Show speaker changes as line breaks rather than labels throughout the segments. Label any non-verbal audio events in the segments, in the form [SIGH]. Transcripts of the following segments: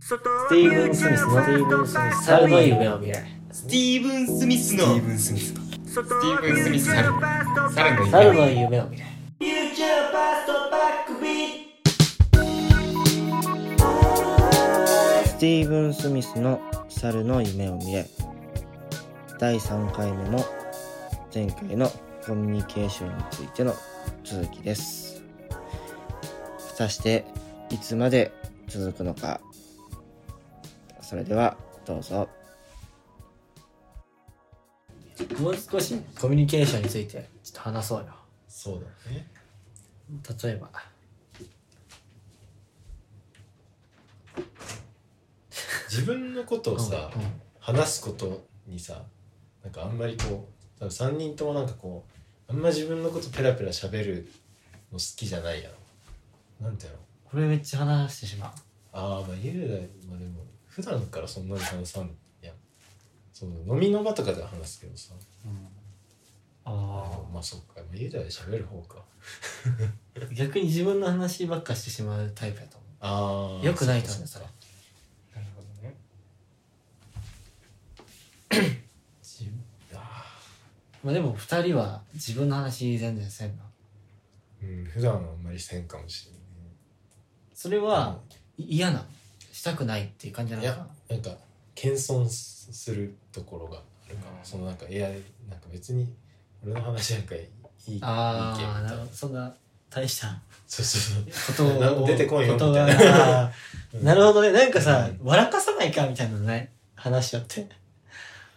スティーブン・スミスの
スティーブンスミス
サウの夢を見ない
スティーブン・スミス
スティ
の
ーブン・スミスか
スティ
ーブンスミス猿猿の
猿の夢を見ない
スティーブン・スミスの猿の夢を見れ第3回目も前回のコミュニケーションについての続きです果たしていつまで続くのかそれではどうぞ
もう少しコミュニケーションについてちょっと話そうよ
そうだね
例えば
自分のことをさ、
うんうん
話すことにさなんかあんまりこう多分3人ともなんかこうあんま自分のことペラペラ喋るの好きじゃないやろなんていうの
これめっちゃ話してしまう
ああまあ雄大まあでも普段からそんなに話さんやんその飲みの場とかでは話すけどさ
あ
まあそっかまあ雄大で喋る方か
ー逆に自分の話ばっかしてしまうタイプやと思
ああ
うよくないと思う
そ
そ
っ
れ
か
なるほどね
自分あ
まあでも二人は自分の話全然せんの
ーうん普段はあんまりせんかもしれない
それは嫌なのしたくないっていう感じないのか
や
な
なんか謙遜するところがあるかも、そのなんかいやなんか別に俺の話なんかいいいいいいけみたい
ああなるほ
な
どそんな大した
そうそうそ
こと
うな
を
出てこいよみ
こ
た
とが
いなうん
なるほどね。なんかさ
う、
笑かさないかみたいなのね、話し合
[LAUGHS]
って。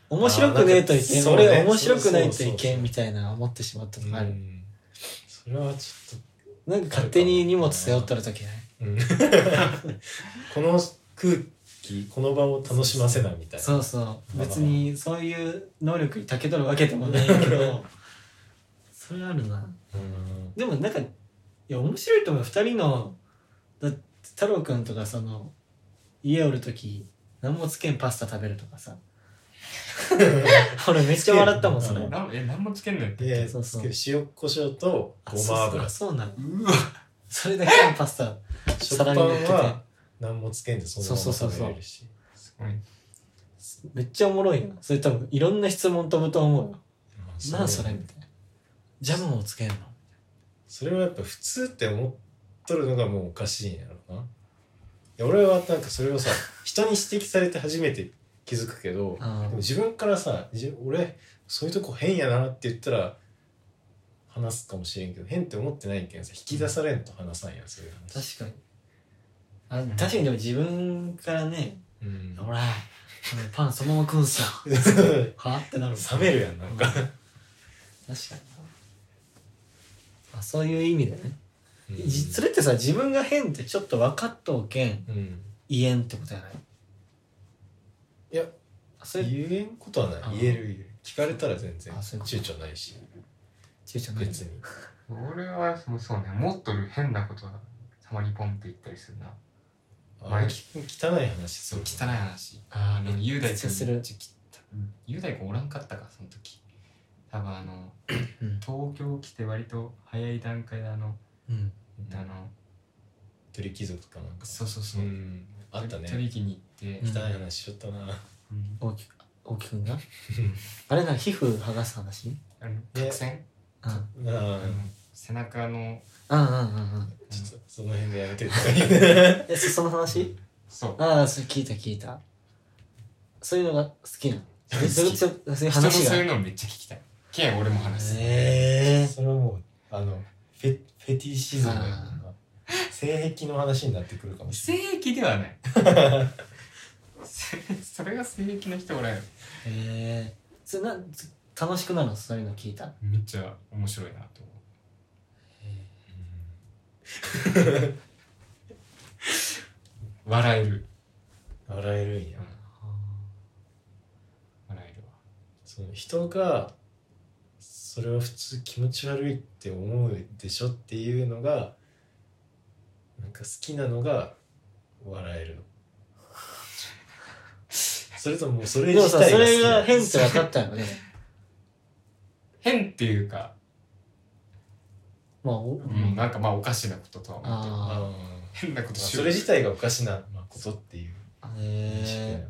面白くねえといけ
あーな
ん、
んか
俺
そうね
面白くないと
そうそう
い
そう
け
そうん
みたいな思ってしまったとかあ
う
る。
んそれはちょっ
なんか勝手に荷物背負っとるときね。
と、うんこの空気この場を楽しませなみたいな
そうそう。別にそういう能力に長けとるわけでもないけ
[LAUGHS]
ど、それあるな。
うん
でもなんか、いや、面白いと思う。二人の、だって太郎くんとかその、家おるとき、何もつけんパスタ食べるとか
[LAUGHS]
さ。俺めっちゃ笑ったもん、それ。
なえ何もつけんのやったっ
で
け
そうそう
塩コショウと
あ
ごま油
そうそうそうなの
うわ
それだけのパスタ
食
さら
パン
に乗っけて
は何もつけんでそのまま食べれるし
すごい
めっちゃおもろいなそれ多分いろんな質問飛ぶと思うよ
うん
なんそれみたいなジャムをつけるの
それはやっぱ普通って思っとるのがもうおかしいんやろないや俺はなんかそれ
[LAUGHS]
をさ人に指摘されて初めて気づくけどで
あ
も
ー
自分からさじ俺そういうとこ変やなって言ったら話すかもしれんけど変って思ってないけんさ引き出されんと話さんやんそういう話、
確かにあ確かにでも自分からね「
うん、
ほらこのパンそのまま食うんすよ
[LAUGHS] 冷」
はってなるもん
めるやんなんか、
確かになあそう [LAUGHS] いう意味でね、
うん、
じそれってさ自分が変ってちょっと分かっとうけん
うん
言えんってことやない
いや
あそれ
言えんことは
あ
ない言える言える聞かれたら全然
あそういうこと
躊躇ないし
躊躇ない
別に
俺はそのそうねもっと変なことはたまにポンって言ったりするな
あれ汚い話す
そう
る
汚い話
あー
あの雄大
めっちゃ
君
する
めっちゃきた雄大君おらんかったかその時多分あの
うん
東京来て割と早い段階であの
うん
あの
鳥貴族かなんか
そうそうそううん
あったね
取引に行って
うん
汚い話しちゃったな
うん
大きく大きくん [LAUGHS] があれな皮膚剥がす話うん
あの角栓
うん
あ
あの背中の
うんうんうん
あちょっとその辺でやめてく
えそその話
そう
ああそれ聞いた聞いたそういうのが好きなの
好
え
き
そうそうそういう
人の
話
そういう
が
のめっちゃ聞きたいけん俺も話す
え
[LAUGHS] ださいそれはもうあのフェフェティシズムやな性癖の話になってくるかもし
性癖ではないせそれが性癖の人おらんよ
えええそれなつ楽しくなるのそういうの聞いた
めっちゃ面白いなと思う笑える
れない笑えるん
う
や
ん笑えるわ
その人がそれは普通気持ち悪いって思うでしょっていうのがなんか好きなのが笑え [LAUGHS] るのそれとももうそれ
でも
自
さ
体
そ
が好
れ
きな
が
の
変って分かったよ [LAUGHS] ね
変っていうか、
まあお
うん、なんかまあおかしなこととは思ってる
あ
あー
変なことは
それ自体がおかしなことっていう
あねえ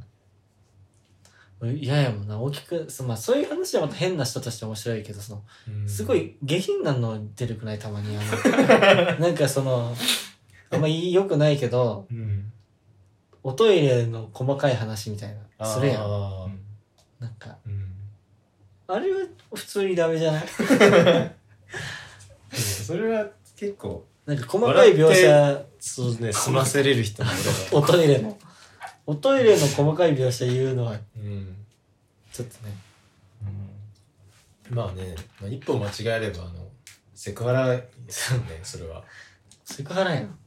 嫌ややもんな大きくそ,、まあ、そういう話はまた変な人として面白いけどその
うん
すごい下品なの出てくないたまに
[LAUGHS]
あのなんかそのあんまり良くないけど
うん
おトイレの細かい話みたいなするやん
あー
なんか
うん
あれは普通にダメじゃ
[LAUGHS]
ない
でもそれは結構
なんか細かい描写
そうね済ませれる人もいれ
おトイレのおトイレの細かい描写言うのは
ば、うん、
ちょっとね
まあね、まあ、一歩間違えればあのセクハラですよねそれは
セクハラやん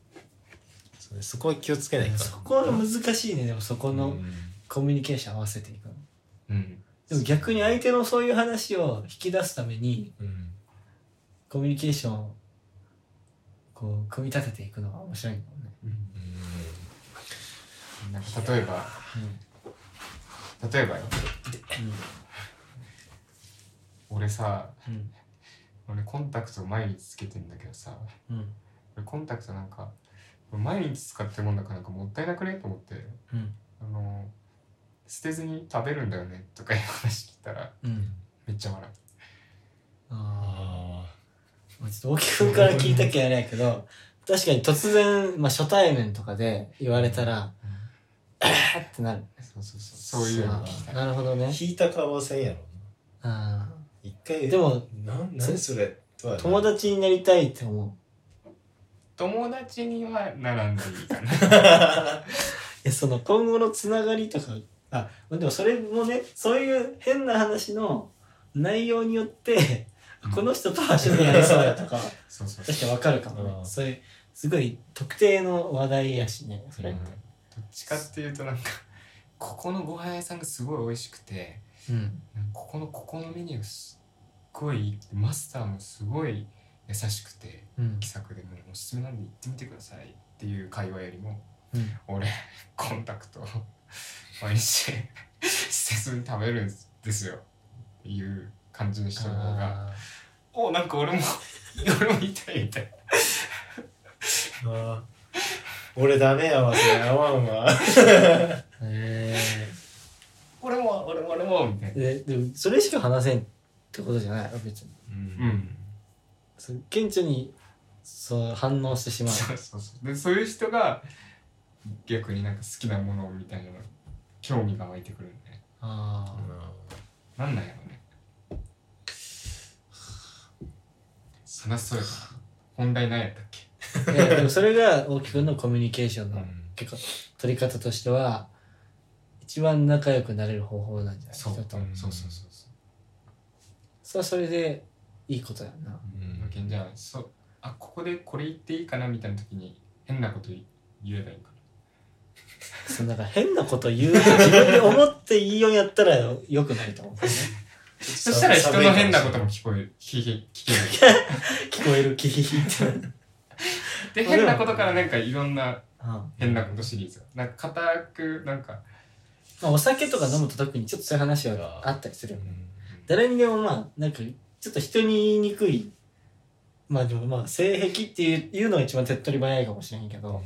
それそこは気をつけないから
そこは難しいねでもそこ
う
の
ん
コミュニケーション合わせていくの
うん
でも逆に相手のそういう話を引き出すために
うん
コミュニケーションをこう組み立てていくのが面白いんだもんね、
うん
う
なんか例えば例えばよ俺さ
うんうん
俺コンタクト毎日つけてんだけどさ
うん
俺コンタクトなんか毎日使ってるもんだからなんかもったいなくねと思って
うん
あの捨てずに食べるんだよねとかいう話聞いたら
うん
めっちゃ笑う
あ
あ
ーまあちょっと大木君から聞いたけあれやけど確かに突然、まあ、初対面とかで言われたら「あっ!」ってなる
そうそうそうそういうの
あ
を聞きた
ー
い
なるほど
あ
ね
引いた顔はせんやろな
あ
一回
ーでも
なん何それとはな
友達になりたいって思う
友達には並んでいいかな
えその今後のつながりとかあでもそれもねそういう変な話の内容によって、
うん
この人とは趣味合いそうやとか
[LAUGHS] そうそう
確かにわかるかもね、
うん
そういうすごい特定の話題やしねそれって
どっちかっていうとなんかここのご飯屋さんがすごい美味しくて
うん
なんかここのここのメニューすっごいいいってマスターもすごい優しくて
うん
気さくでもうおすすめなんで行ってみてくださいっていう会話よりも
うん
俺コンタクトを毎日捨てずに食べるんですよっていう感じの人の方が
あ
おなんか俺も [LAUGHS] 俺も言いたいみたい
あー俺ダメやわそれ合わんわ
ーへ
俺も俺も俺もみたい
えででもそれしか話せんってことじゃない別に
う
なうんん
それ顕著にそう反応してしまう
そうそうそうでそういう人が逆になんか好きなものみたいなの興味が湧いてくるんで
あー
なんなんやろね話それた本題何やったっけ
いやでもそれが大木君のコミュニケーション
う
の
ん
結構取り方としては一番仲良くなれる方法なんじゃない
そう
人と
うんそうそうそうそう
それはそれでいいことやな
うん
じゃあそうあここでこれ言っていいかなみたいな時に変なこと言えばいいか
そのなんか変なこと言うと自分で思っていいようにやったらよくなると思う、ね、
そ
そ
したら人の変なことも聞こえる聞け聞ける
[LAUGHS] 聞こえるキヒヒって、
[LAUGHS] で
あでも
変なことからなんかいろんな
うんま
変なことシリーズがなんか固くなんか
あ、お酒とか飲むと特にちょっとそういう話はあったりするよね
うん
誰にでもまあなんかちょっと人に言いにくいまあでもまあ性癖っていういうのが一番手っ取り早いかもしれんけど、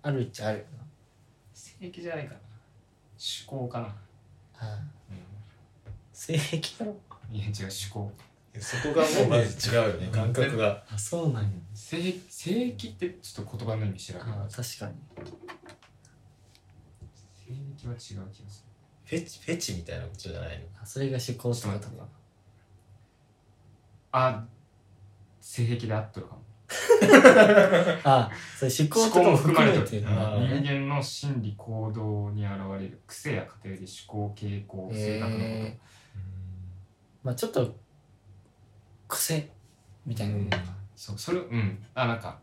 あるっちゃあるよな
性癖じゃないかな思考かな、
性癖だろ
うん、いや違う思考
そこがもうまず違うよね感覚が
あそうなんや
性性癖ってちょっと言葉の意味知らない
あ確かに
性癖は違う気がす
フェチフェチみたいなことじゃないの
あそれが思考ってことか
そうるあ性癖で合ってるかも
あそれ思考とかも含めて
思考も含まれ
ね
て
人間の心理行動に現れる癖や過程で思考傾向性格のこと、
へまあちょっと癖みたいなものがま
そうそれうんあなんか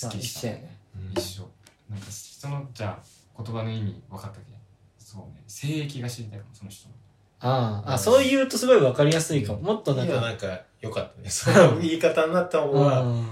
好
あ
き
一
した、
緒やね
うん
一緒なんか人のじゃあ言葉の意味分かったっけそうね性癖が知りたいかもその人の
ああ
う
あ
ん
そう言うとすごい分かりやすいかももっとなん
今な
か
んか良
[LAUGHS]
かったねその言い方になった方が
うん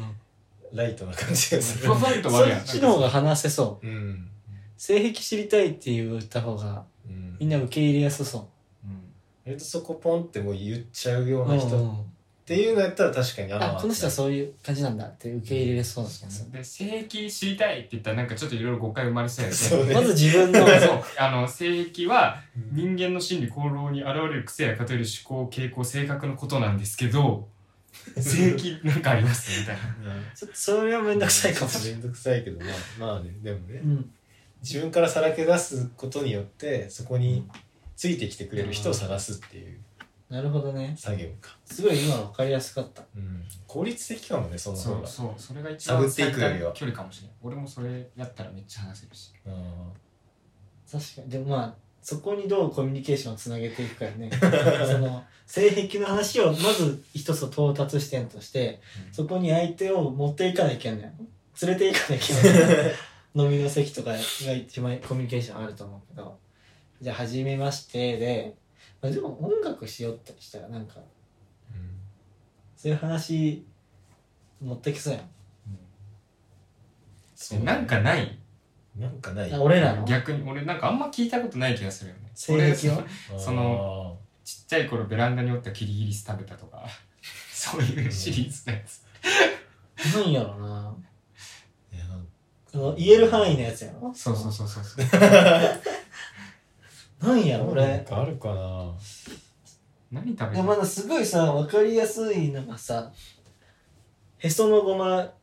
ライトな感じがす
ふ
る
わふわりと
そ
悪いやん
っちの方が話せそう
うん
性癖知りたいって言った方が
うん
みんな受け入れやすそ
うん
割とそこポンってもう言っちゃうよ
う
うな人
うん
っていうのやったら確かに
あこの人は
そ
そういう感じなんだって受け入れれそうな気がする
で性域知りたいって言ったらなんかちょっといろいろ誤解生まれそうやけ
そうね
まず自分 [LAUGHS] の
どそうあの性域は
う
人間の心理功労に現れる癖や偏る思考傾向性格のことなんですけど性域なんかありますみたいな
ちょっとそれはめんどくさいかもしれ
めんどくさいけどまあまあねでもね
ない、うん、
自分からさらけ出すことによってそこについてきてくれる人を探すっていう
なるほどね
作業か、
すごい今分かりやすかった
うん、効率的かもねそ
[LAUGHS]
の
そ
方
う
が
そうそれが一番
探っていくよりは
最短距離かもしれない俺もそれやったらめっちゃ話せるし
うん
確かにでもまあそこにどうコミュニケーションをつなげていくかよ
[LAUGHS]
ねその性癖の話をまず一つ到達地点として
うん
そこに相手を持っていかなきゃいけない連れていかなきゃいけない飲みの席とかが一番コミュニケーションあると思うけどじゃあ初めましてで、まあ、でも音楽しようってしたらなんかそういう話持ってきそうやん
そう
えなんかない
なんかない
あ俺らの
逆に俺なんかあんま聞いたことない気がするよね
性癖を
俺そのちっちゃい頃ベランダにおったキリギリス食べたとか [LAUGHS] そういうシリーズのやつ
なんやろな
あーいやなんか
その言える範囲のやつやろ
そうそうそうそうそう
なんやろ
なん
俺
かあるかな
何食べ
で
て
もまだすごいさ分かりやすいのがさへそのごま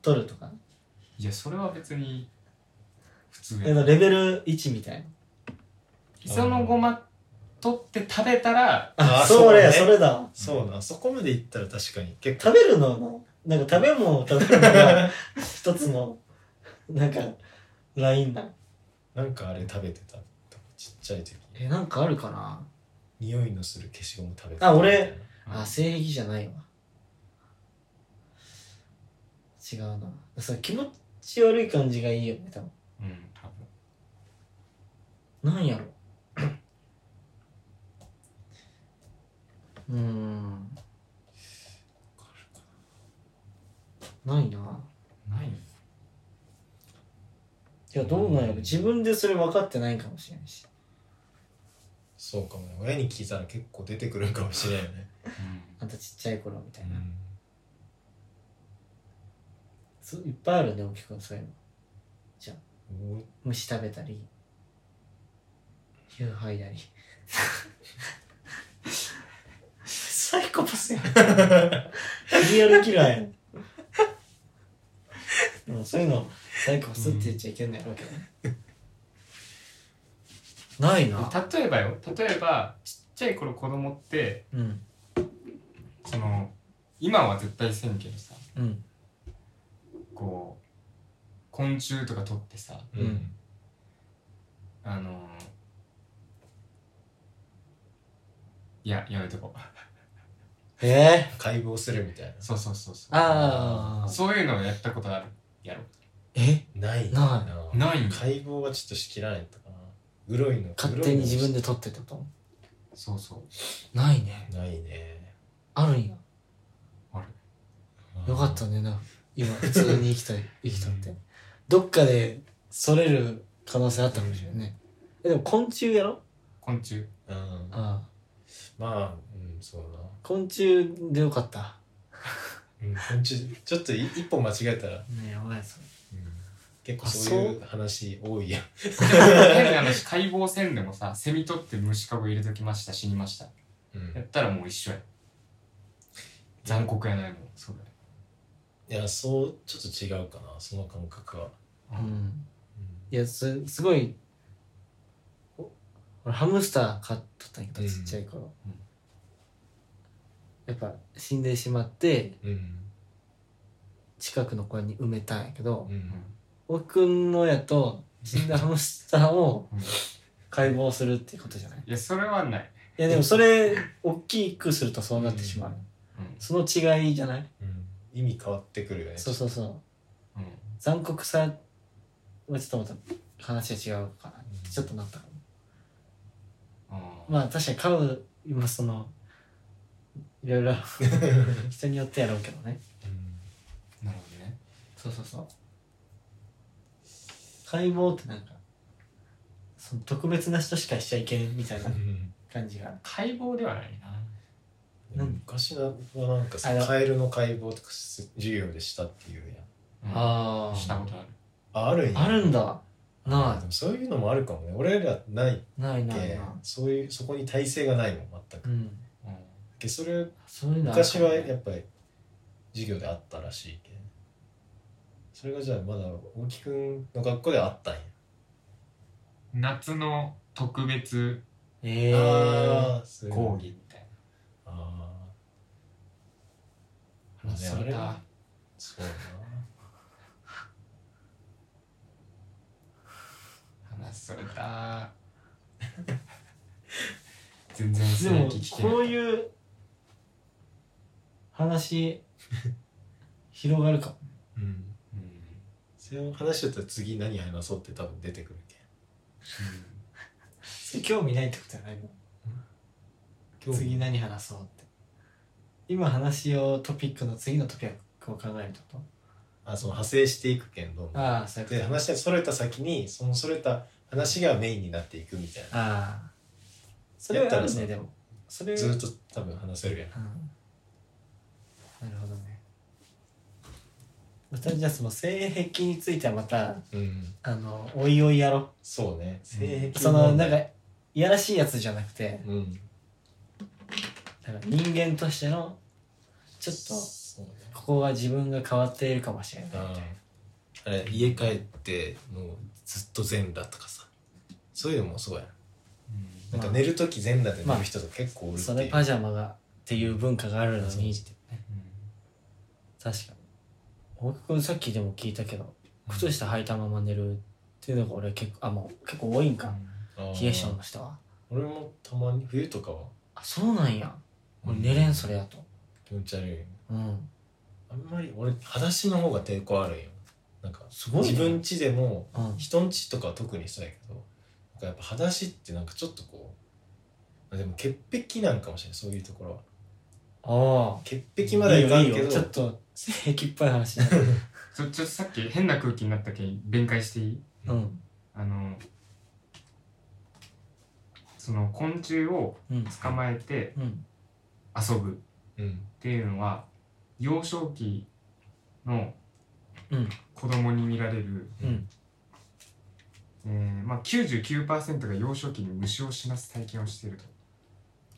取るとか
いやそれは別に普通
で
や
レベル1みたいな
磯のごま取って食べたら
あ
あ
それそ,、
そうね
れだわ
そうなそこまでいったら確かに結構
食べるののなんか食べ物を食べるのが一つのなんかラインだ
なんかあれ食べてたちっちゃい時
えなんかあるかな
匂いのする消しゴム食べてた
あ俺
みたいな
あ性癖じゃないわ違うなその気持ち悪い感じがいいよね多分
うん多分
なんやろうーんないな
ない
いやどうなんやろ自分でそれ分かってないかもしれないし
そうかもね親に聞いたら結構出てくるかもしれないよね、
あんたちっちゃい頃みた
う
いな、
ん
そういっぱいあるね大きくそういうの
おー
虫食べたり湯吐いたりサイコパスやんリアルキラーやんでもそういうのサイコパスって言っちゃいけないわけどね、ないな
うん例えばよ例えばちっちゃい頃子供って
うん
その今は絶対せんけどさ
うん
こう昆虫とか取ってさ
うん
あのー、いややめとこう
ええ
解剖するみたい
そうそうそうそう
ああ
そういうのをやったことあるやろ
え
なない
ない
な
ない
解剖はちょっとしきらないとかなうろいの
勝手に自分で取ってたと
そうそう
ないね
ないね
あるんや
ある
よかったねな今普通に生きた [LAUGHS] 生きたってどっかでそれる可能性あったかもしれないねえでも昆虫やろ
昆虫
うん
ああ
まあうんそうな
昆虫でよかった
うん昆虫ちょっとい一歩間違えたら、
ねえやばいそ
結構そ
あ
うい
そう
話多いやん
でも変な話解剖せんでもさセミ取って虫かご入れときました死にました
うん
やったらもう一緒や残酷やないもんそうだよ
いやそうちょっと違うかなその感覚は、
れうんいやすすごいお俺ハムスター飼っとったんやけど
うん
ちっちゃい頃、
うん
やっぱ死んでしまって
うん
近くの公園に埋めたんやけど
うん
僕のやと死んだハムスターを
うんい
解剖するっていうことじゃない
やそれはない、
いやでもそれ大きくするとそうなってしまう、
うん
その違いじゃない、
うん、意味変わってくるよね
そうそうそう
うん、
残酷さはちょっとまた話が違うかな
うん
ちょっとなったかも
あー
まあ確かに飼う今そのいろい [LAUGHS] ろ人によってやろうけどね
うん
なるほどね
そうそうそう解剖ってなんかその特別な人しかしちゃいけんみたいな
うん
感じが
解剖ではないな
うん
昔はなんかさ
あの
カエルの解剖とかす授業でしたっていうやん
あー
したことある
ああるんや
あるんだ
で
な
もそういうのもあるかもね俺らないって
いないないない、
そういうそこに体制がないもん全く、
うん、
うん
でそれ
そういうのあるか
昔
も
は
ね
やっぱり授業であったらしいけどそれがじゃあまだ大木くんの学校ではあったんや、
夏の特別
ええ
ああそういう
講義みたいな
ああ
話され
あ
た
そうだ
話された [LAUGHS] 全然
で
正
も
規聞けな
こう
い
いう話 [LAUGHS] 広がるかも
なうん
うん
それを話してたら次何話そうって多分出てくるけん
それ興味ないってことじゃないの
興味
次何話そうって今話しようトピックの次のトピックを考えるってこ
あその派生していくけんどん
と
どん
ああそういうこと
で話がそれた先にそのそれた話がメインになっていくみたいな
ああそれはあるねでもそれ
ずーっと多分話せるやん
うん、なるほどねまたじゃあその性癖についてはまた
うん
あのおいおいやろ
そうね
う
性
う
癖
その
問
なん
題
かいやらしいやつじゃなくて
うん
なんか人間としてのちょっと
そうね
ここは自分が変わっているかもしれないみたい
あ
な
ーあれ家帰ってもうずっと全裸とかさそういうのもそうやん
うん
なんか寝る時全裸で寝る人とか結構おるって
そ
いう、
れパジャマがっていう文化があるのにって確かに大木君さっきでも聞いたけど靴下履いたまま寝るっていうのが俺結構あもう結構多いんか
あー
冷え性の人は
俺もたまに冬とかは
あそうなんや俺寝れんそれやと
気持ち悪いよ
うん
あんまり俺裸足の方が抵抗あるんよなんか
すごいね
自分家でも
うん
人ん家とかは特にそうやけどなんかやっぱ裸足ってなんかちょっとこうあでも潔癖なんかもしれないそういうところは
あ
潔
あ
癖まだいかんけど
いいよいいよちょっと性癖っぽい話だ
そちょっとさっき変な空気になったけん弁解していい
うん
あのその昆虫を
うん
捕まえて
うん
遊ぶっ
うん
ていうのは幼少期の
うん
子供に見られる、
うん
えーまあ、99%が幼少期に虫を死なす体験をしていると。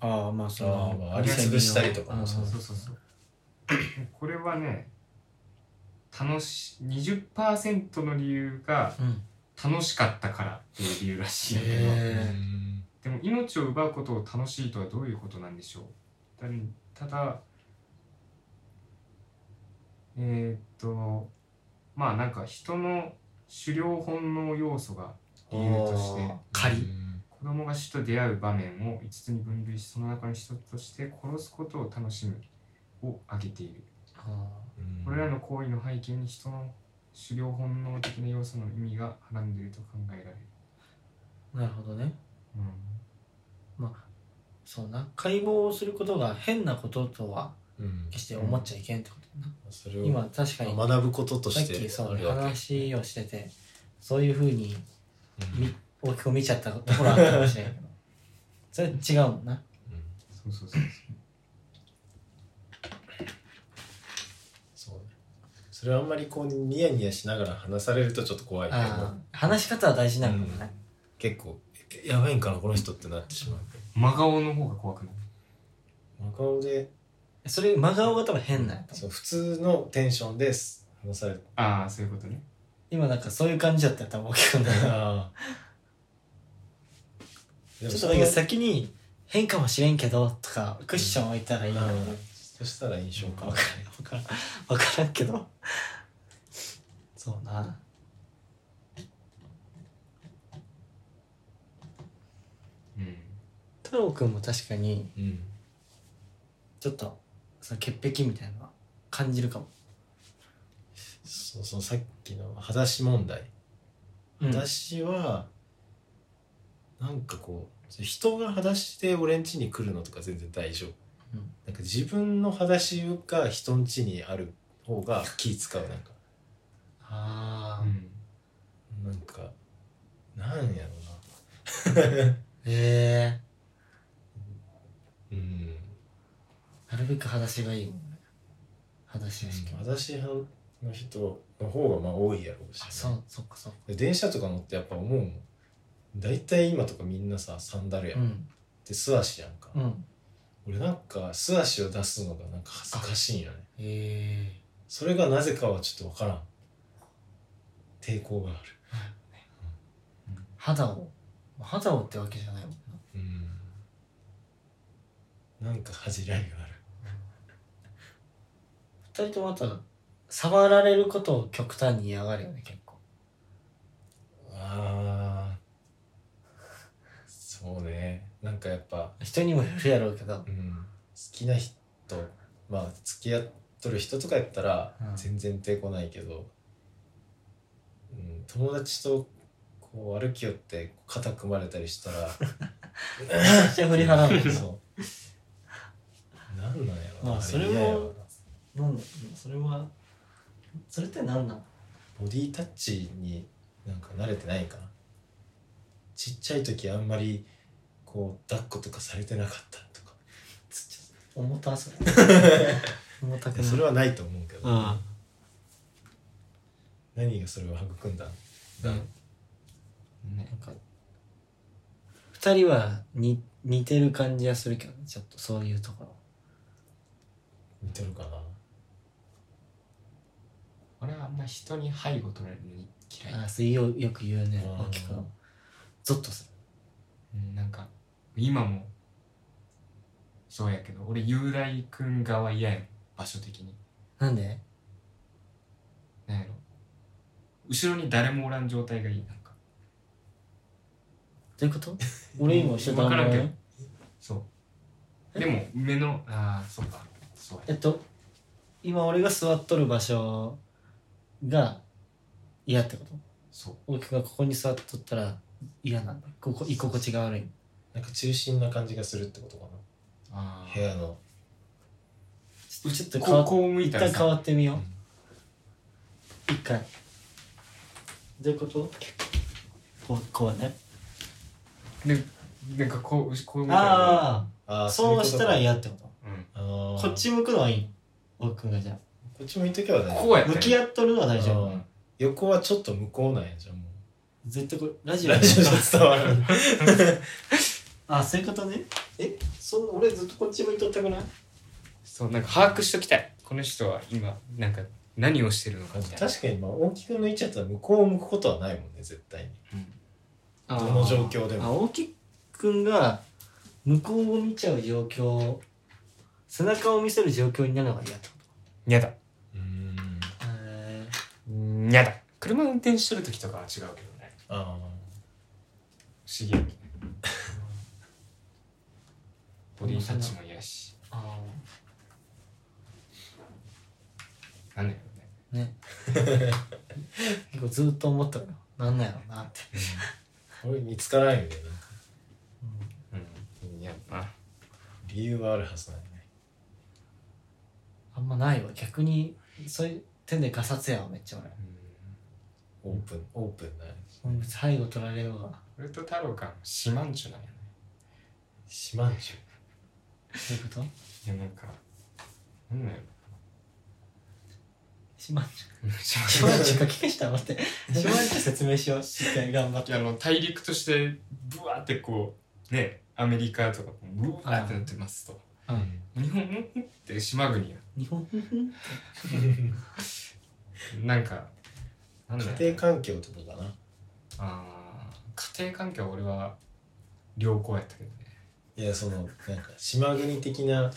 ああまあそ
あーまあアリ潰したりとかもそう
あー
そうそうそう。 [COUGHS] これはね、楽し20%の理由が
うん
楽しかったからっていう理由らしいんだけど、
へえ
でも命を奪うことを楽しいとはどういうことなんでしょうたただ、えーっと、まあなんか人の狩猟本能要素が理由として
あー、
狩り子供が死と出会う場面を5つに分類しその中の一つとして殺すことを楽しむを挙げている
あ
うん
これらの行為の背景に人の狩猟本能的な要素の意味がはらんでいると考えられる、
あなるほどね
うん、
そうな解剖をすることが変なこととは
うん
決して思っちゃいけんってことだな、
それを
今確かに
学ぶことと
さっ
し
き
て
そ
あ
う
るわけ
話をしててそういうふうに
うん
み大きく見ちゃったところあったかもしれないけど [LAUGHS] それ違うもんな
う
そ
ん
うそうそう
そうねそれはあんまりこうニヤニヤしながら話されるとちょっと怖いけど
あー話し方は大事なのかもね、
結構えやばいんかなこの人ってなってしまう
真顔の方が怖くない
真顔で
それ真顔が多分変なんやと思う
そう普通のテンションです話される
ああそういうことね
今なんかそういう感じだったら多分大きくない
あー
ち
でも
ょっ
そ
と
の
なんか先に変かもしれんけどとかクッション置いたらいいな、
うんそしたら印象変わる
分からん分からんけどそうな
うん
太郎くんも確かに
うん
ちょっとその潔癖みたいなのは感じるかも、
そうそうさっきの裸足問題
うん、
裸足はなんかこう人が裸足で俺ん家に来るのとか全然大丈夫、
うん
なんか自分の裸足が人ん家にある方が気使うなんか
あ
う
あ
ん
なんかなんやろ
へえ
うなうん
ー、なるべく裸足がいいもんね裸足がしか、
私派の人の方がまあ多いやろうしね、
あそうそっかそっか
で電車とか乗ってやっぱ思うもん大体今とかみんなさサンダルや、
うんん
で素足やんか、
うん
俺なんか素足を出すのがなんか恥ずかしいんよね
え
それがなぜかはちょっと分からん抵抗がある
ー、肌を肌をってわけじゃないもんな
うんなんか恥じらいがある
二人ともまた触られることを極端に嫌がるよね結構
あーそうねなんかやっぱ、
人にもよるやろうけど
うん、好きな人まあ付き合っとる人とかやったら
うん
全然抵抗ないけど、うん友達とこう歩き寄って肩組まれたりした
[LAUGHS]
ら
めちゃくちゃ振り払うもんな
そうなんなんやろ
まあ
れ
それも
嫌やわな
なんだそれはそれって何なの
ボディタッチになんか慣れてないんかなちっちゃい時あんまりこう抱っことかされてなかったとか
重た [LAUGHS] それ重たく
いや
ない
それはないと思うけど、
あ
何がそれを育んだん
あ
だ、
ね
なんか二人はに似てる感じはするけどねちょっとそういうところ
似てるかな
俺はあんま人に背後取られるの嫌い
ああそうよよく言うね
うん
大きくゾッとす
うんなんか今もそうやけど俺雄大君側嫌やもん場所的に
るなんで
なんやろ後ろに誰もおらん状態がいいなんか
どういうこと [LAUGHS] 俺今一緒だ
わからんけど
ね
そうでも目のああそうかそうや
えっと今俺が座っとる場所が嫌ってこと
そう
大きくがここに座っとったら嫌なんだここ居心地が悪い
なんか中心な感じがするってことか
あ
な
あ
部屋の
ちょっと変
こ
わ
うこう向い
一
たら
旦変
さ
わってみよう一回どういうことこうこうね
でなんかこうこう向いたら
あ
あ
あ
ー
そうしたら
い
嫌ってこと
うん
こ
こっち向くのはいいの僕くんがじゃ
こっち向いとけばね
こうや
あ
ったら
向き合っとるのは大丈夫
うん横はちょっと向こうなんやじゃんもう
絶対これラジオ
ラジオじゃ伝わる
あそういうことねえそん俺ずっとこっち向いとったくない
そうなんか把握しときたいこの人は今なんか何をしてるのかみたいな
確かにまあ大きく抜いちゃったら向こうを向くことはないもんね絶対に
ど
どの状況でも
あ大木くんが向こうを見ちゃう状況背中を見せる状況になるのが嫌ってこ
にゃだ
うん
とへ
にゃだ車運転してる時とかは違うけどね
ああ
不思議やけどねボディタッチも嫌やし
あ
なんだよね
ーね結構ずっと思ったのよなんなんやろうなって、
これ見つからないよね
うんいやまあ
理由はあるはずなんよね
あんまないわ逆にそういう点でガサツやわめっちゃ俺
オープンオープンな
うん背後取られるわ
俺と太郎くんは四万十なんやね
四万十
そういうこと
いやなんかなんだ
[LAUGHS]
よ
しまんじ
四万
ゅしまんじゅ書き消 [LAUGHS] したの待ってしまんじゅ説明しようしっかり頑張っ
い
て
やあの大陸としてブワーってこうねアメリカとかブワーってなってますと
うん
日本って島国や
日本
なんかなんだろう
家庭環境ってことかな
あー家庭環境は俺は良好やったけどね
いやそのなんか島国的な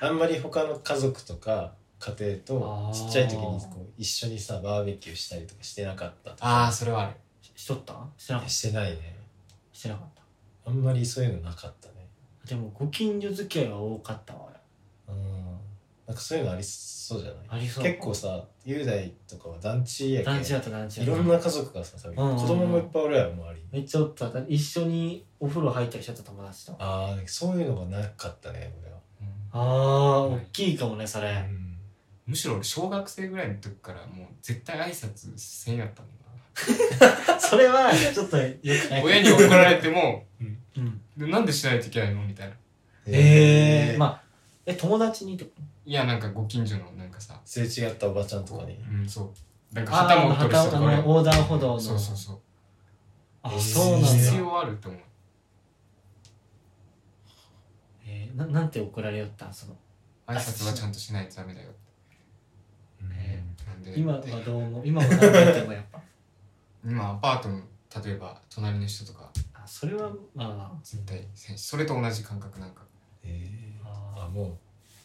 あんまり他の家族とか家庭
あ
と
ー
ちっちゃい時にこう一緒にさバーベキューしたりとかしてなかったとか
ああそれはある
ししとったしてなかった
してないね
してなかった
あんまりそういうのなかったね
でもご近所付き合いは多かったわ
うんなんかそういうのありそうじゃない
ありそう
結構さ雄大とかは団地やけ
団地やった団地や
い
った
ろんな家族がさ多
うんうんう
分
ん
子供もいっぱいおるやん周りに
めっちゃおっただ一緒にお風呂入ったりしちゃった友達とあ
ああそういうのがなかったね俺は
あー
うん
大きいかもねそ [LAUGHS] れ
ん
むしろ俺小学生ぐらいの時からもう絶対挨拶せんやったもん
それはちょっとよくな
ない親に怒られても [LAUGHS]
うん
でなんでしないといけないのみたいな
ええ
ー
まあえ友達にってこ
いやなんかご近所のなんかさ
すれ違ったおばちゃんとかに
うんそうなん
と
か旗持っとる人
あの横断歩道の
そうそうそう
あ
えー
そうなん
必
だ、
要あると思う
えー、ななんて怒られよったんその
挨拶はちゃんとしないとダメだよ
え
なんで
今はどう思う今は何言ってもやっぱ
今アパートの例えば隣の人とか
[LAUGHS] あそれはまあま
絶対せんそれと同じ感覚なんか
え
あ
ー
あ
あもう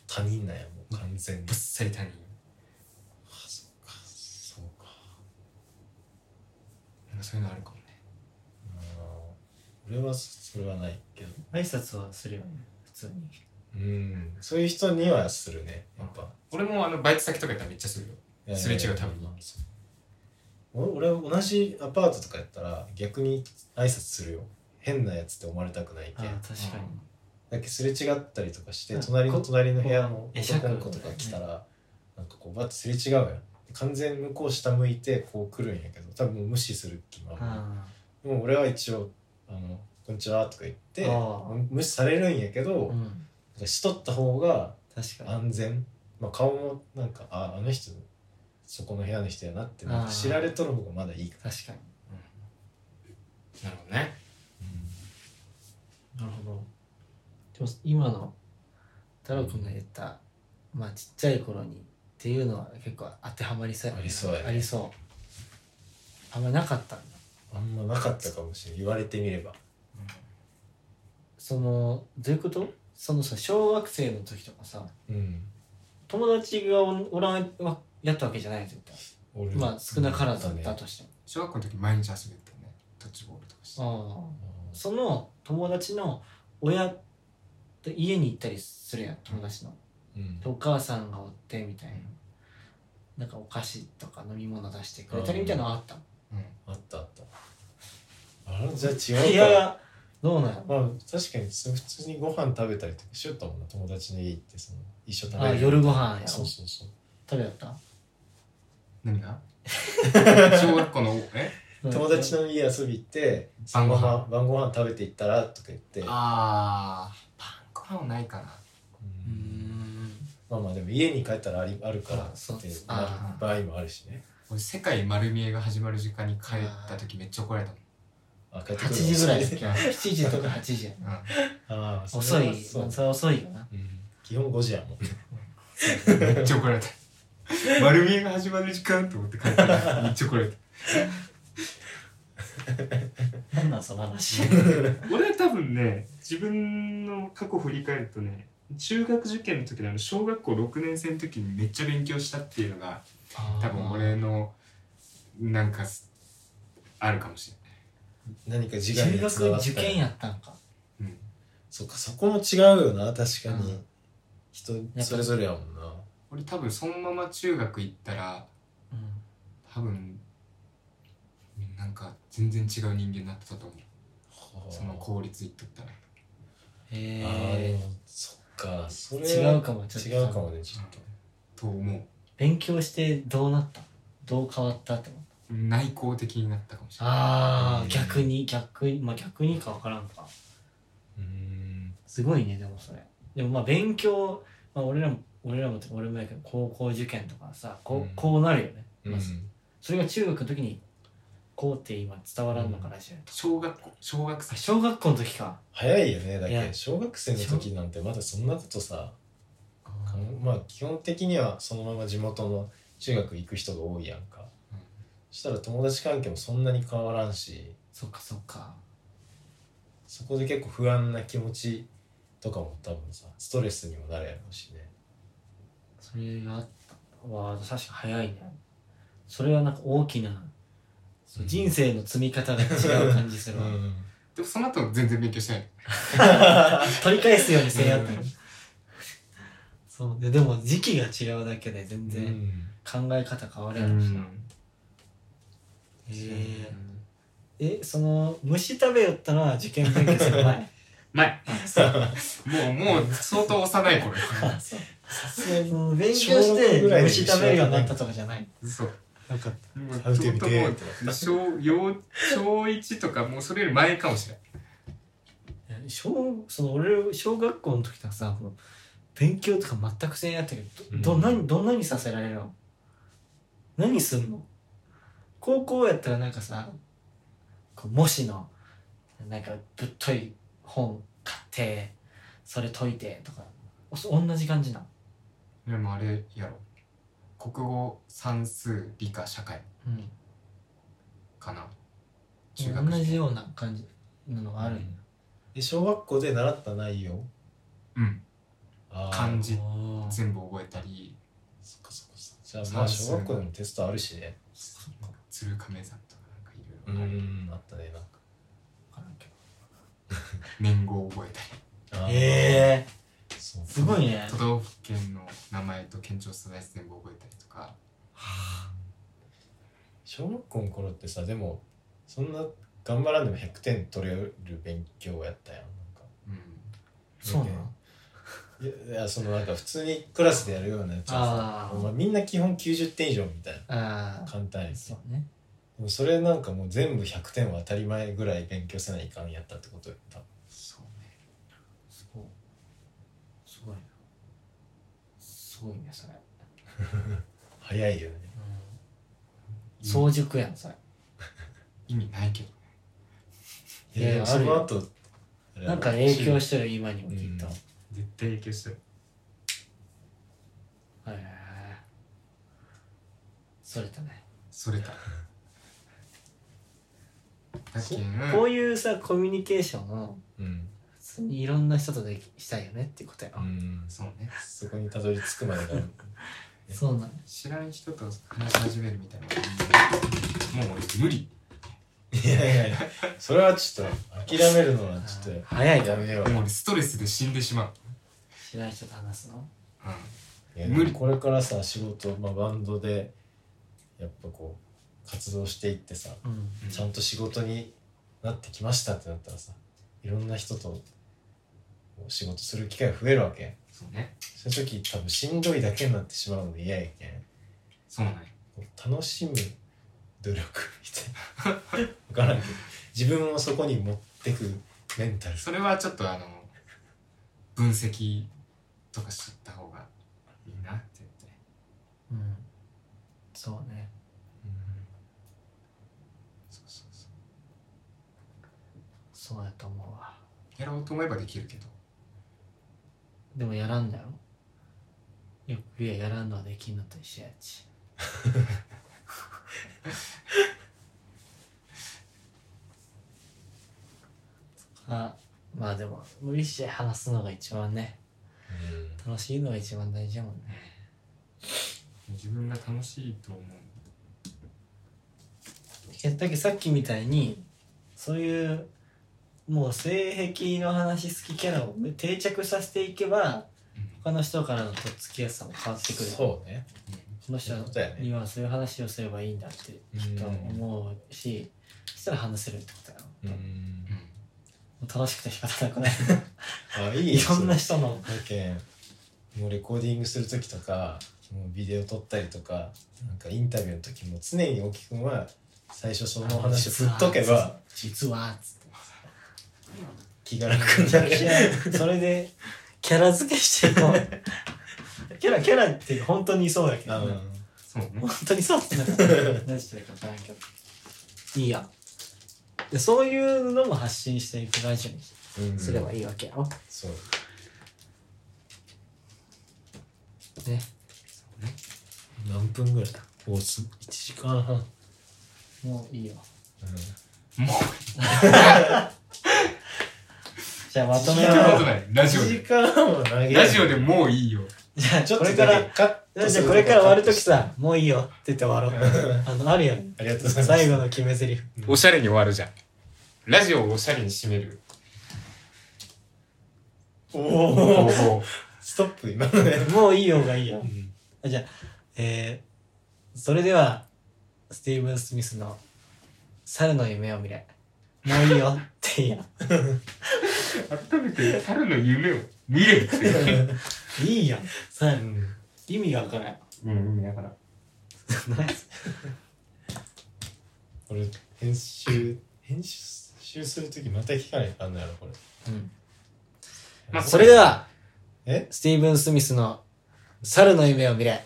他人なんやもう完全に
ぶっさり他人
あそうかそうか
なんかそういうのあるかもね
うん俺はそれはないけど
ー挨拶はするよね普通に
うんそういう人にはするねやっぱ
俺もあのバイト先とかやったらめっちゃするよ
いや
すれ違うたびに
そう俺俺同じアパートとかやったら逆に挨拶するよ変なやつって思われたくない
あ
けん
ー確かに、
だけどすれ違ったりとかして
うん
隣の
こ
隣の部屋の
え
男の子とか来たらなんかこうバッてすれ違うやん完全に向こう下向いてこう来るんやけど多分もう無視する気もある
あ
でも俺は一応「あのこんにちは」とか言って
あー
無視されるんやけど、
ーう
なん
ん
かしとった方が
確かに
安全、まあ、顔もなんかああの人そこの部屋の人やなってなん
あ
か
ー
知られとる方がまだいいか
確かに
なるほどね
なるほどでも今の太郎くんが言った、まあちっちゃい頃にっていうのは結構当てはまりそうや
ありそうやね
ありそうあんまなかったんだ
あんまなかったかもしれん言われてみれば
そのどういうことそのさ小学生の時とかさ
うん
友達がおおらんわやったわけじゃないってこと
俺
まあ少なからず
ね
だとしても、
小学校の時毎日遊びに行ったよねドッジボールとかして
ああその友達の親と家に行ったりするやん友達の、
うん
でお母さんがおってみたいな、なんかお菓子とか飲み物出してくれたりみたいなのあったの
うん
あったあったあれじゃあ違うか
いやいやどうなんやろ
まあ確かにそう普通にご飯食べたりとかしよったもんな友達の家行ってその一緒食べ
あ
る
夜ご飯やろ
そう
食
そうそう
べやった
何 [LAUGHS] が小学校のえ
友達の家遊び行って
晩ご飯
晩晩ご飯食べて行ったらとか言って
あーパン粉はないかな
うーん
まあまあでも家に帰ったらありあるから
あそう
ってな
あ
る場合もあるしね
俺世界丸見えが始まる時間に帰った時めっちゃ怒られたもん
あ帰って
8
くる
時ぐらい
遅
です
うん
7時とか8時や
うん
ああそ
遅
れ
い
は
そ
そ
れ
う
は遅いよな
うん基本5時やもん
めっちゃ怒 [LAUGHS] られた丸見えが始まる時間と思って帰ったらめっちゃ怒られた
何なんその [LAUGHS] 話
俺は多分ね自分の過去振り返るとね中学受験の時のあの小学校6年生の時にめっちゃ勉強したっていうのが
多分俺のなんかすあるかもし
何か時間
中学受験やったんか
れない、うん、
そっかそこも違うよな確か
う
に
ん
人それぞれやもんな
俺多分そのまま中学行ったら
うん
多分なんか全然違う人間になってたと思
は
う
あ
その公立行っとったら
へ
あーで
え
もそっかそれは
違うかもちょっと
違うかもねちょっ
と思
勉強してどうなったどう変わったって思った
う内向的になったかもしれない
ああ逆に逆にまあ逆にか分からんか
とうん
すごいねでもそれでもまあ勉強、まあ、俺らも俺らもって俺もやけど高校受験とかさこう,、
うん
こうなるよね、
うん
まずそれが中学の時にこうって今伝わらんのかなしら、
小学校小学
あ
生
小学校の時か
早いよねだ
い
け
や
小学生の時なんてまだそんなことさかんまあ基本的にはそのまま地元の中学行く人が多いやんか
うん
そしたら友達関係もそんなに変わらんし
そっかそっか
そこで結構不安な気持ちとかも多分さストレスにもなるやろうしね
それがあったわあ確かに早いねそれはなんか大きなそう人生の積み方が違う感じするわ、
でもその後全然勉強してない
取り返すようにせんやったのそうででも時期が違うだけで全
う
然
ん
考え方変わるやろしな、へええその虫食べよったのは受験勉強する
[LAUGHS]
前
前もうもう相当幼
[LAUGHS]
い頃よ
あそうその勉強
小
し
学ぐら
て
いで
虫食べるようになったとかじゃない
そう
なんか
も
食べ
うち
て
ょっ
み
と
て
もう
とか
小幼小一とかもうそれより前かもしれない
小その俺小学校の時とかさこの勉強とか全くせんやったけどど
うん
どんなどんなにさせられるの何すんの高校やったらなんかさこう模試のなんかぶっとい本買ってそれ解いてとかおそ同じ感じな、
でもあれやろ国語算数理科社会
うん、
かな中学
同
受
じ
験
ような感じなのがあるんや
で小学校で習った内容
うん
あー
漢字
おー
全部覚えたり
そっかそっかじゃあまあ小学校でもテストあるしね
鶴亀山とかなんかいろ
う
いろある
んあったねなんか
わからんけど
年号を覚えたり
あー
ええ
そう
すごいね
都道府県の名前と県庁所在地全部覚えたりとか
小学校の頃ってさでもそんな頑張らんでも100点取れる勉強やったやんな
うん
そうなの
んかいやいやそのなんか普通にクラスでやるようなやつは
あ
さ
ー
まあみんな基本90点以上みたいな
あ
簡単に
あ
さ
そうね
でもそれなんかもう全部100点は当たり前ぐらい勉強せないかんやったってことやった
そうね
すごいすごいなすごいねそれ、
早いよね
うん、早熟やんそれ
意味ないけど
いや
でもその後あれや
な
ろ
んか影響してる今にもきっと、
うん
絶対影響してる
へえそれとね、
それかだけん
こういうさコミュニケーションを
うん、
普通にいろんな人とできしたいよねっていうことやろ、
うん、
そうね
そこにたどり着くまでが
そうなんよ
知らん人と話し始めるみたいなのもう俺無理
いやいやいやそれはちょっと諦めるのはちょっ
早い
と
か
や
ら
めよう
もう俺ストレスで死んでしまう、
知らない人と話すの
うん、
いや
無理
これからさ仕事、まあ、バンドでやっぱこう活動していってさ
うん
うん
ちゃんと仕事になってきましたってなったらさいろんな人とこう仕事する機会が増えるわけ
そうね
そういう時多分しんどいだけになってしまうので嫌やけん
そうなんよ
こう楽しむ努力みたいな分からんけど自分をそこに持ってくメンタル
それはちょっとあの分析とかしった方がいいな絶対
うんそうね
そうそうそ
そうやと思うわ
うやろうと思えばできるけど
でもやらんだよよく言えやらんのはできんのと一緒やち [LAUGHS] あまあでも無理して話すのが一番ね
うん
楽しいのが一番大事やもんね
自分が楽しいと思う
だけどさっきみたいにそういうもう性癖の話好きキャラを定着させていけば
うん
他の人からのとっつきやすさも変わってくる
そうね
この人
そういうことやね
にはそういう話をすればいいんだってきっと思うし、そしたら話せるってことやろ、
う
も
う
ん
ん
う楽しくて仕方なくない
あ [LAUGHS] いい
いろんな
だ
人の
けんもうレコーディングする時とかもうビデオ撮ったりとかなんかインタビューの時も常に大木君は最初その話を振っとけば
実はつって
気が楽になる
いやそれでキャラ付けして
[LAUGHS]
いこうキャラキャラって本当にそうやけど、 [LAUGHS] ね、
そうね
本当にそうってな何してるか分からんけどいいやでそういうのも発信していくラジオに
うん
すればいいわけやろ、
そう
ね
そうね
何分ぐらいおす1時間半、うん、
もういいよ
[LAUGHS]
もう
じゃあまとめ
聞い
よ
たこと
う
ないラジオ
1時
で
間半は長い
ラジオでもういいよ
じ [LAUGHS] ゃあ
ちょっ
ことれ
だけ
から
カッ
じゃ
ト
あ
する
これから終わるときさ、もういいよって言って終わろう。
[LAUGHS]
あの、あるよね。
ありがとうございます
最後の決め台詞。
おしゃれに終わるじゃんラジオをおしゃれに締める
お
方
お
法
ストップ今 [LAUGHS] のね
もういいよがいいよ
う。ん
あじゃあ、えー、それでは、スティーブン・スミスの猿の夢を見れ。もういいよっていい
[LAUGHS]
や。
改めて
猿の夢を見れるっていう
いいやん。猿の夢意味がわからない。
うんうんだから
これ編集編集する時また聞かないかんのやろこれ
[LAUGHS] うん。それでは、
ええ
スティーブン・スミスの猿の夢を見れ。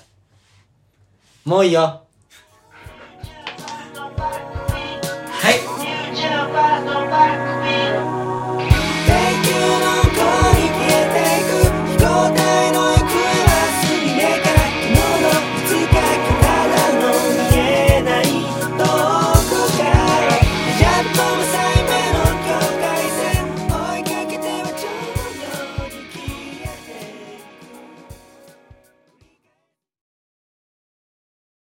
もういいよ。